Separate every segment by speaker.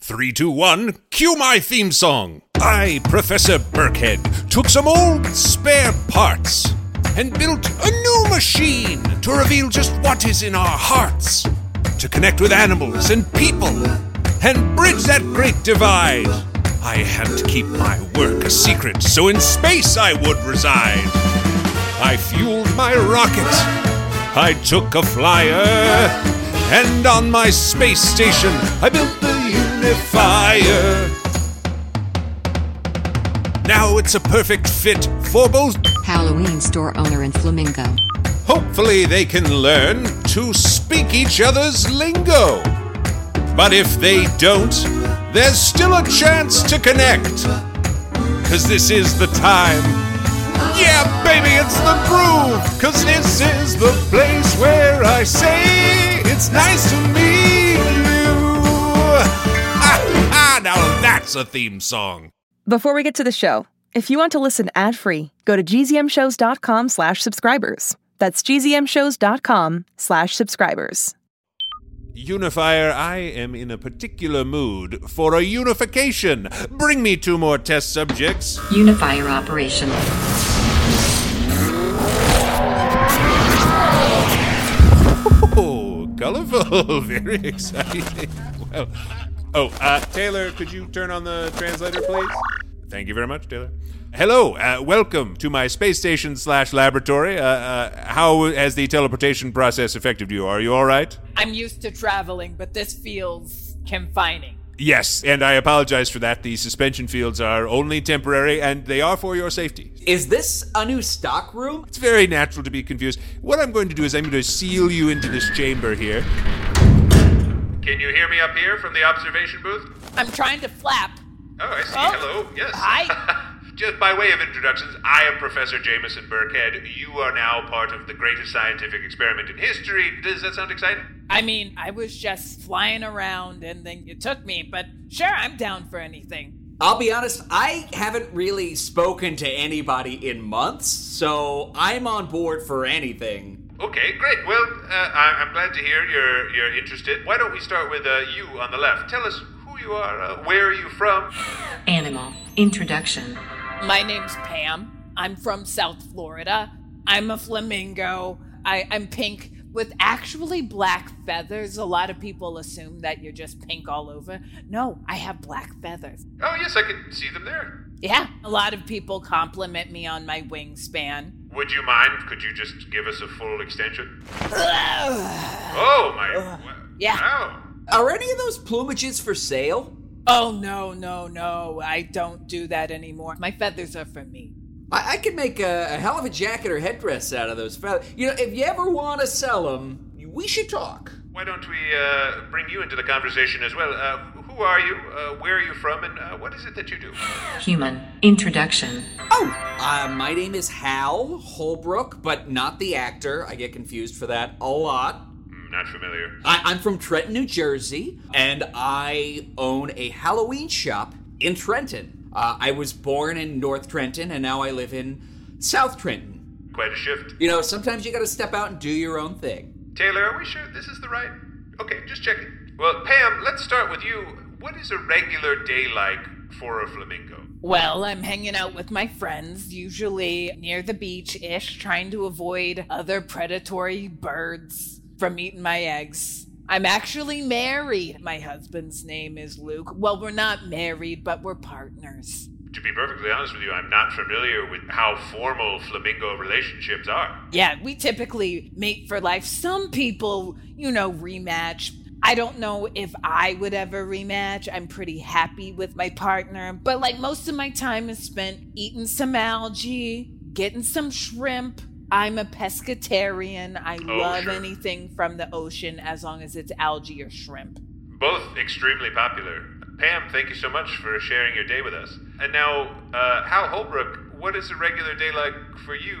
Speaker 1: Three, two, one, cue my theme song. I, Professor Burkhead, took some old spare parts and built a new machine to reveal just what is in our hearts, to connect with animals and people, and bridge that great divide. I had to keep my work a secret, so in space I would reside. I fueled my rocket. I took a flyer. And on my space station, I built the unifier. Now it's a perfect fit for both.
Speaker 2: Halloween store owner and flamingo.
Speaker 1: Hopefully, they can learn to speak each other's lingo. But if they don't, there's still a chance to connect. Cause this is the time. Yeah, baby, it's the groove. Cause this is the place where I say it's nice to meet you. Ah, ah, now that's a theme song.
Speaker 3: Before we get to the show, if you want to listen ad-free, go to gzmshows.com slash subscribers. That's gzmshows.com slash subscribers.
Speaker 1: Unifier, I am in a particular mood for a unification. Bring me two more test subjects.
Speaker 2: Unifier operation.
Speaker 1: Oh, colorful. Very exciting. Well, oh, uh, Taylor, could you turn on the translator, please? Thank you very much, Taylor. Hello, uh, welcome to my space station slash laboratory. Uh, uh, how has the teleportation process affected you? Are you all right?
Speaker 4: I'm used to traveling, but this feels confining.
Speaker 1: Yes, and I apologize for that. The suspension fields are only temporary, and they are for your safety.
Speaker 5: Is this a new stock room?
Speaker 1: It's very natural to be confused. What I'm going to do is I'm going to seal you into this chamber here. Can you hear me up here from the observation booth?
Speaker 4: I'm trying to flap.
Speaker 1: Oh, I see.
Speaker 4: Oh.
Speaker 1: Hello. Yes.
Speaker 4: Hi.
Speaker 1: Just by way of introductions, I am Professor Jameson Burkhead. You are now part of the greatest scientific experiment in history. Does that sound exciting?
Speaker 4: I mean, I was just flying around and then you took me, but sure, I'm down for anything.
Speaker 5: I'll be honest, I haven't really spoken to anybody in months, so I'm on board for anything.
Speaker 1: Okay, great. Well, uh, I- I'm glad to hear you're you're interested. Why don't we start with uh, you on the left? Tell us who you are, uh, where are you from?
Speaker 2: Animal. Introduction.
Speaker 4: My name's Pam. I'm from South Florida. I'm a flamingo. I, I'm pink with actually black feathers. A lot of people assume that you're just pink all over. No, I have black feathers.
Speaker 1: Oh, yes, I can see them there.
Speaker 4: Yeah, a lot of people compliment me on my wingspan.
Speaker 1: Would you mind? Could you just give us a full extension? Oh my! wa-
Speaker 4: yeah.
Speaker 1: Wow.
Speaker 5: Are any of those plumages for sale?
Speaker 4: Oh, no, no, no. I don't do that anymore. My feathers are for me.
Speaker 5: I, I could make a, a hell of a jacket or headdress out of those feathers. You know, if you ever want to sell them, we should talk.
Speaker 1: Why don't we uh, bring you into the conversation as well? Uh, who are you? Uh, where are you from? And uh, what is it that you do?
Speaker 2: Human. Introduction.
Speaker 5: Oh, uh, my name is Hal Holbrook, but not the actor. I get confused for that a lot.
Speaker 1: Mm, Not familiar.
Speaker 5: I, I'm from Trenton, New Jersey, and I own a Halloween shop in Trenton. Uh, I was born in North Trenton, and now I live in South Trenton.
Speaker 1: Quite a shift.
Speaker 5: You know, sometimes you gotta step out and do your own thing.
Speaker 1: Taylor, are we sure this is the right? Okay, just check it. Well, Pam, let's start with you. What is a regular day like for a flamingo?
Speaker 4: Well, I'm hanging out with my friends, usually near the beach ish, trying to avoid other predatory birds from eating my eggs. I'm actually married. My husband's name is Luke. Well, we're not married, but we're partners.
Speaker 1: To be perfectly honest with you, I'm not familiar with how formal flamingo relationships are.
Speaker 4: Yeah, we typically mate for life. Some people, you know, rematch. I don't know if I would ever rematch. I'm pretty happy with my partner, but like most of my time is spent eating some algae, getting some shrimp. I'm a pescatarian. I
Speaker 1: Oh,
Speaker 4: love
Speaker 1: sure.
Speaker 4: anything from the ocean as long as it's algae or shrimp.
Speaker 1: Both extremely popular. Pam, thank you so much for sharing your day with us. And now, uh, Hal Holbrook, what is a regular day like for you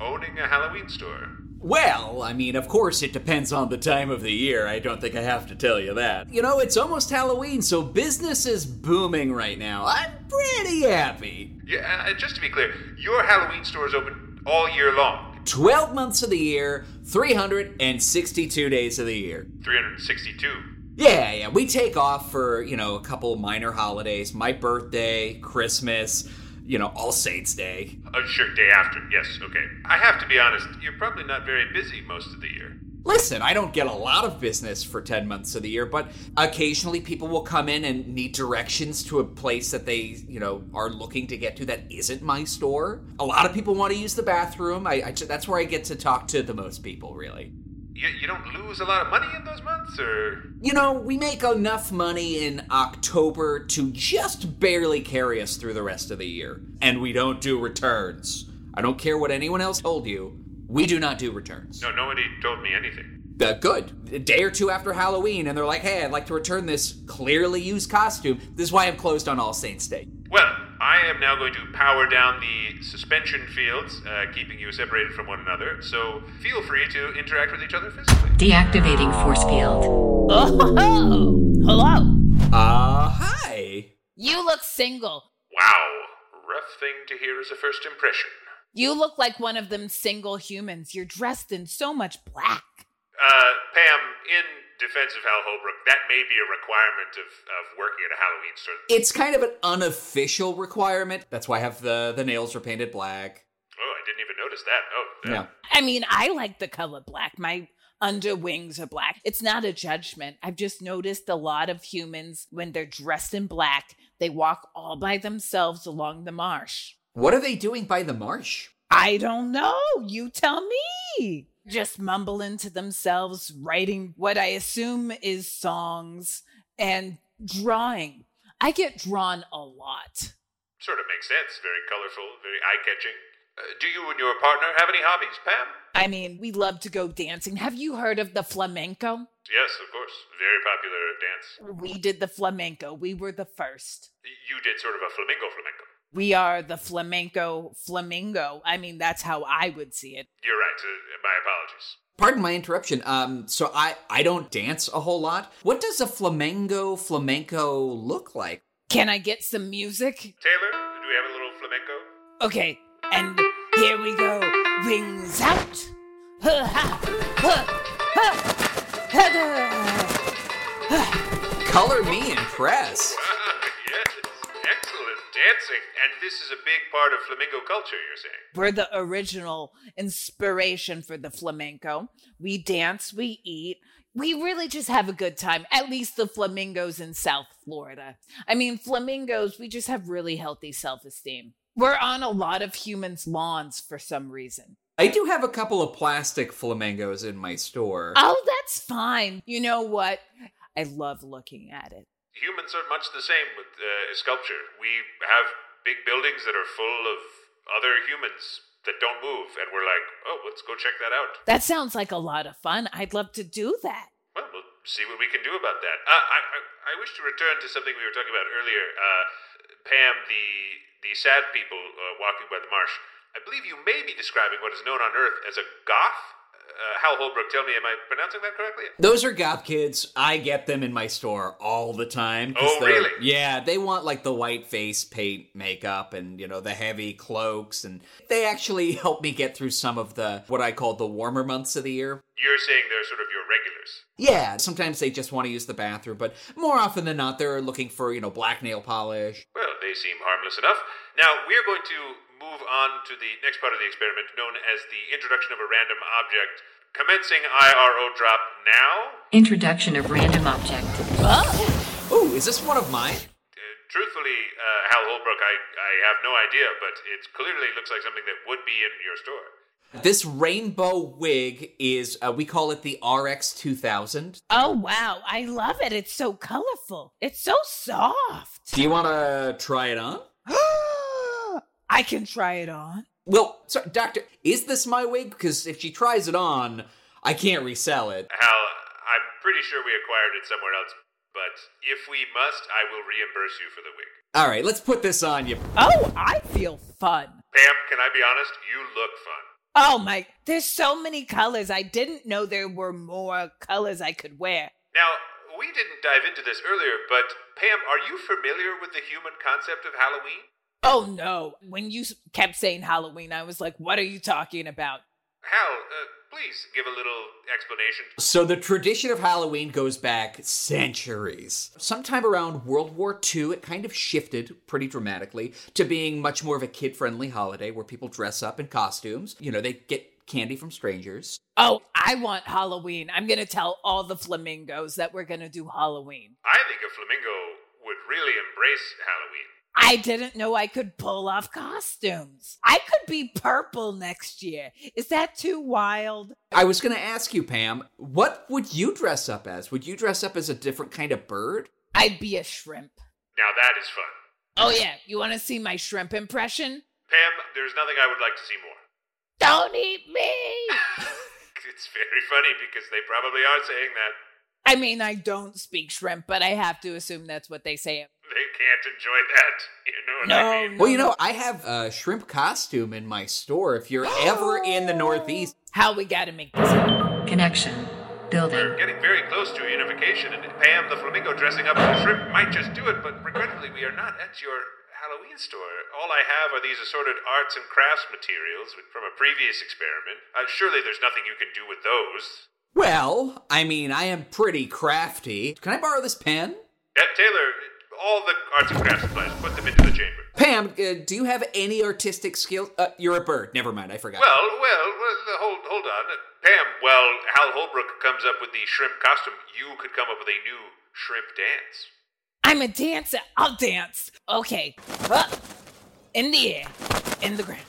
Speaker 1: owning a Halloween store?
Speaker 5: Well, I mean, of course, it depends on the time of the year. I don't think I have to tell you that. You know, it's almost Halloween, so business is booming right now. I'm pretty happy.
Speaker 1: Yeah, uh, just to be clear, your Halloween store is open all year long
Speaker 5: 12 months of the year, 362 days of the year.
Speaker 1: 362.
Speaker 5: Yeah, yeah. We take off for, you know, a couple minor holidays my birthday, Christmas, you know, All Saints Day.
Speaker 1: Oh, sure, day after. Yes, okay. I have to be honest, you're probably not very busy most of the year.
Speaker 5: Listen, I don't get a lot of business for 10 months of the year, but occasionally people will come in and need directions to a place that they, you know, are looking to get to that isn't my store. A lot of people want to use the bathroom. I, I that's where I get to talk to the most people, really.
Speaker 1: You, you don't lose a lot of money in those months, or.
Speaker 5: You know, we make enough money in October to just barely carry us through the rest of the year. And we don't do returns. I don't care what anyone else told you. We do not do returns.
Speaker 1: No, nobody told me anything.
Speaker 5: Uh, good. A day or two after Halloween, and they're like, hey, I'd like to return this clearly used costume. This is why I'm closed on All Saints Day.
Speaker 1: Well, I am now going to power down the suspension fields, uh, keeping you separated from one another, so feel free to interact with each other physically.
Speaker 2: Deactivating force field.
Speaker 4: Oh, hello.
Speaker 5: Uh, hi.
Speaker 4: You look single.
Speaker 1: Wow. Rough thing to hear as a first impression.
Speaker 4: You look like one of them single humans. You're dressed in so much black.
Speaker 1: Uh, Pam, in defense of Hal Holbrook, that may be a requirement of, of working at a Halloween store.
Speaker 5: It's kind of an unofficial requirement. That's why I have the, the nails are painted black.
Speaker 1: Oh, I didn't even notice that. Oh, uh,
Speaker 5: Yeah.
Speaker 4: I mean, I like the color black. My underwings are black. It's not a judgment. I've just noticed a lot of humans, when they're dressed in black, they walk all by themselves along the marsh.
Speaker 5: What are they doing by the marsh?
Speaker 4: I don't know. You tell me. Just mumbling to themselves, writing what I assume is songs and drawing. I get drawn a lot.
Speaker 1: Sort of makes sense. Very colorful, very eye catching. Uh, do you and your partner have any hobbies, Pam?
Speaker 4: I mean, we love to go dancing. Have you heard of the flamenco?
Speaker 1: Yes, of course. Very popular dance.
Speaker 4: We did the flamenco. We were the first.
Speaker 1: You did sort of a flamingo flamenco.
Speaker 4: We are the flamenco flamingo. I mean, that's how I would see it.
Speaker 1: You're right. Uh, my apologies.
Speaker 5: Pardon my interruption. Um, so I I don't dance a whole lot. What does a flamenco flamenco look like?
Speaker 4: Can I get some music?
Speaker 1: Taylor, do we have a little flamenco?
Speaker 4: Okay, and here we go. Wings out. Ha, ha, ha, ha, ha, da.
Speaker 5: Color me impressed.
Speaker 1: yes, excellent dancing. And this is a big part of flamingo culture, you're saying?
Speaker 4: We're the original inspiration for the flamenco. We dance, we eat. We really just have a good time, at least the flamingos in South Florida. I mean, flamingos, we just have really healthy self esteem. We're on a lot of humans' lawns for some reason.
Speaker 5: I do have a couple of plastic flamingos in my store.
Speaker 4: Oh, that's fine. You know what? I love looking at it.
Speaker 1: Humans are much the same with uh, sculpture. We have big buildings that are full of other humans that don't move, and we're like, oh, let's go check that out.
Speaker 4: That sounds like a lot of fun. I'd love to do that.
Speaker 1: Well, we'll see what we can do about that. Uh, I, I, I wish to return to something we were talking about earlier. Uh, Pam, the, the sad people uh, walking by the marsh. I believe you may be describing what is known on Earth as a goth. Uh, Hal Holbrook, tell me, am I pronouncing that correctly?
Speaker 5: Those are goth kids. I get them in my store all the time. 'cause
Speaker 1: Oh,
Speaker 5: they're-
Speaker 1: really?
Speaker 5: Yeah, they want like the white face paint makeup and, you know, the heavy cloaks. And they actually help me get through some of the, what I call the warmer months of the year.
Speaker 1: You're saying they're sort of your regulars.
Speaker 5: Yeah, sometimes they just want to use the bathroom, but more often than not, they're looking for, you know, black nail polish.
Speaker 1: Well, they seem harmless enough. Now, we're going to move on to the next part of the experiment, known as the introduction of a random object. Commencing IRO drop now.
Speaker 2: Introduction of random object.
Speaker 4: Oh,
Speaker 5: Ooh, is this one of mine?
Speaker 1: Uh, truthfully, uh, Hal Holbrook, I, I have no idea, but it clearly looks like something that would be in your store.
Speaker 5: This rainbow wig is, uh, we call it the RX 2000.
Speaker 4: Oh, wow. I love it. It's so colorful, it's so soft.
Speaker 5: Do you want to try it on?
Speaker 4: I can try it on.
Speaker 5: Well, sorry, Doctor, is this my wig? Because if she tries it on, I can't resell it.
Speaker 1: Hal, I'm pretty sure we acquired it somewhere else, but if we must, I will reimburse you for the wig.
Speaker 5: All right, let's put this on you.
Speaker 4: Oh, I feel fun.
Speaker 1: Pam, can I be honest? You look fun.
Speaker 4: Oh, my. There's so many colors. I didn't know there were more colors I could wear.
Speaker 1: Now, we didn't dive into this earlier, but Pam, are you familiar with the human concept of Halloween?
Speaker 4: Oh, no. When you s- kept saying Halloween, I was like, what are you talking about?
Speaker 6: Hal, uh, please give a little explanation.
Speaker 5: So the tradition of Halloween goes back centuries. Sometime around World War II, it kind of shifted pretty dramatically to being much more of a kid friendly holiday where people dress up in costumes. You know, they get candy from strangers.
Speaker 4: Oh, I want Halloween. I'm going to tell all the flamingos that we're going to do Halloween.
Speaker 6: I think a flamingo would really embrace Halloween.
Speaker 4: I didn't know I could pull off costumes. I could be purple next year. Is that too wild?
Speaker 5: I was going to ask you, Pam, what would you dress up as? Would you dress up as a different kind of bird?
Speaker 4: I'd be a shrimp.
Speaker 6: Now that is fun.
Speaker 4: Oh, yeah. You want to see my shrimp impression?
Speaker 6: Pam, there's nothing I would like to see more.
Speaker 4: Don't eat me!
Speaker 6: It's very funny because they probably are saying that.
Speaker 4: I mean, I don't speak shrimp, but I have to assume that's what they say.
Speaker 6: They can't enjoy that. You know what I mean?
Speaker 5: Well, you know, I have a shrimp costume in my store. If you're ever in the Northeast,
Speaker 4: How we gotta make this happen.
Speaker 2: Connection. Building.
Speaker 6: We're getting very close to unification, and Pam the flamingo dressing up as a shrimp might just do it, but regrettably, we are not at your Halloween store. All I have are these assorted arts and crafts materials from a previous experiment. Uh, surely there's nothing you can do with those.
Speaker 5: well, I mean, I am pretty crafty. Can I borrow this pen?
Speaker 6: Uh, Taylor, all the arts and crafts supplies, put them into the chamber.
Speaker 5: Pam, uh, do you have any artistic skills? Uh, you're a bird. Never mind, I forgot.
Speaker 6: Well, well, well uh, hold, hold on. Uh, Pam, while Hal Holbrook comes up with the shrimp costume, you could come up with a new shrimp dance.
Speaker 4: I'm a dancer. I'll dance. Okay. Up. In the air. In the ground.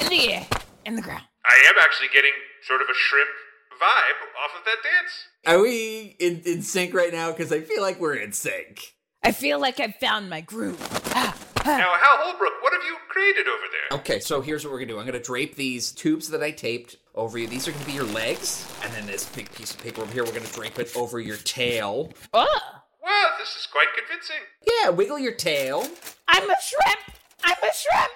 Speaker 4: In the air. In the ground.
Speaker 6: I am actually getting sort of a shrimp vibe off of that dance.
Speaker 5: Are we in, in sync right now? Because I feel like we're in sync.
Speaker 4: I feel like I've found my groove. Ah, ah.
Speaker 6: Now, Hal Holbrook, what have you created over there?
Speaker 5: Okay, so here's what we're gonna do. I'm gonna drape these tubes that I taped over you. These are gonna be your legs, and then this big piece of paper over here, we're gonna drape it over your tail.
Speaker 4: Oh,
Speaker 6: Well, this is quite convincing.
Speaker 5: Yeah, wiggle your tail.
Speaker 4: I'm a shrimp. I'm a shrimp.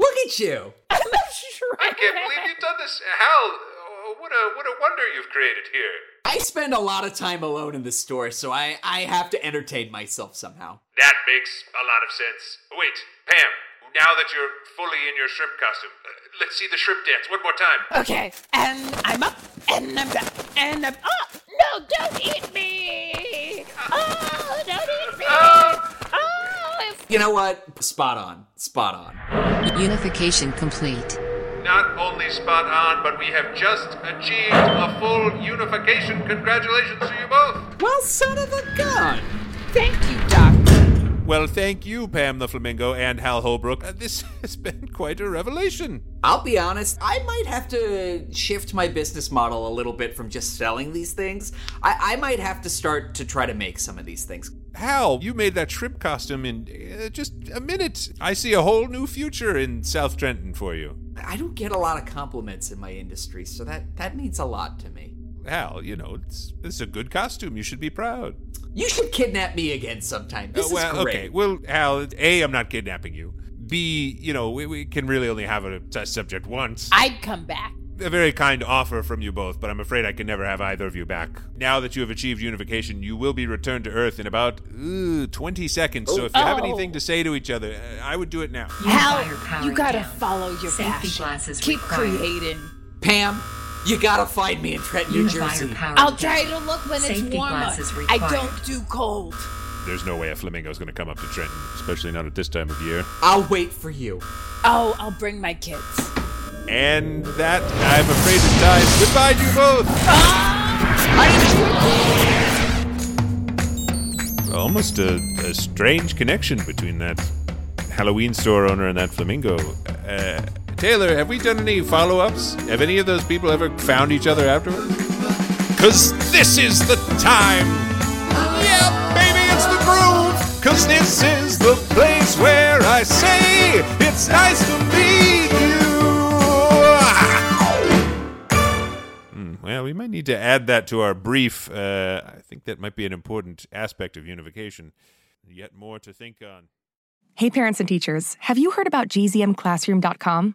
Speaker 5: Look at you.
Speaker 4: I'm a shrimp.
Speaker 6: I can't believe you've done this, Hal. uh, What a what a wonder you've created here.
Speaker 5: I spend a lot of time alone in the store, so I, I have to entertain myself somehow.
Speaker 6: That makes a lot of sense. Wait, Pam. Now that you're fully in your shrimp costume, uh, let's see the shrimp dance one more time.
Speaker 4: Okay. And I'm up. And I'm down. And I'm up. No, don't eat me. Oh, don't eat me.
Speaker 2: Ah.
Speaker 6: Oh.
Speaker 4: Oh, it's-
Speaker 5: You know what? Spot on. Spot on.
Speaker 2: Unification complete.
Speaker 6: Not only spot on, but we have just achieved a full unification. Congratulations to you both.
Speaker 5: Well, son of a gun.
Speaker 4: thank you, doctor.
Speaker 1: Well, thank you, Pam the Flamingo and Hal Holbrook. Uh, this has been quite a revelation.
Speaker 5: I'll be honest, I might have to shift my business model a little bit from just selling these things. I, I might have to start to try to make some of these things.
Speaker 1: Hal, you made that shrimp costume in uh, just a minute. I see a whole new future in South Trenton for you.
Speaker 5: I don't get a lot of compliments in my industry, so that, that means a lot to me.
Speaker 1: Hal, you know, it's, it's a good costume. You should be proud.
Speaker 5: You should kidnap me again sometime. This
Speaker 1: Uh, well,
Speaker 5: is great.
Speaker 1: okay. Well, Hal, A, I'm not kidnapping you. B, you know, we, we can really only have a test subject once.
Speaker 4: I'd come back.
Speaker 1: a very kind offer from you both, but I'm afraid I can never have either of you back. Now that you have achieved unification, you will be returned to Earth in about ooh, 20 seconds. So if you have
Speaker 4: Oh.
Speaker 1: anything to say to each other, uh, I would do it now.
Speaker 4: Hal,
Speaker 2: Firepower
Speaker 4: you gotta
Speaker 2: down.
Speaker 4: follow your
Speaker 2: Safety
Speaker 4: passion.
Speaker 2: glasses
Speaker 4: Keep
Speaker 2: required.
Speaker 4: creating.
Speaker 5: Pam, you gotta find me in Trenton, New Jersey.
Speaker 2: power.
Speaker 4: I'll try to look when it's
Speaker 2: Safety
Speaker 4: warmer.
Speaker 2: glasses
Speaker 4: I
Speaker 2: required.
Speaker 4: don't do cold.
Speaker 1: There's no way a flamingo is going to come up to Trenton, especially not at this time of year.
Speaker 5: I'll wait for you.
Speaker 4: Oh, I'll bring my kids.
Speaker 1: And that, I'm afraid, is time. Goodbye to you both. Almost a, a strange connection between that Halloween store owner and that flamingo. Uh, Taylor, have we done any follow ups? Have any of those people ever found each other afterwards? Because this is the time. Yeah, baby, it's the groove. Because this is the place where I say it's nice to meet you. Hmm, well, we might need to add that to our brief. Uh, I think that might be an important aspect of unification. Yet more to think on.
Speaker 3: Hey, parents and teachers, have you heard about gzmclassroom.com?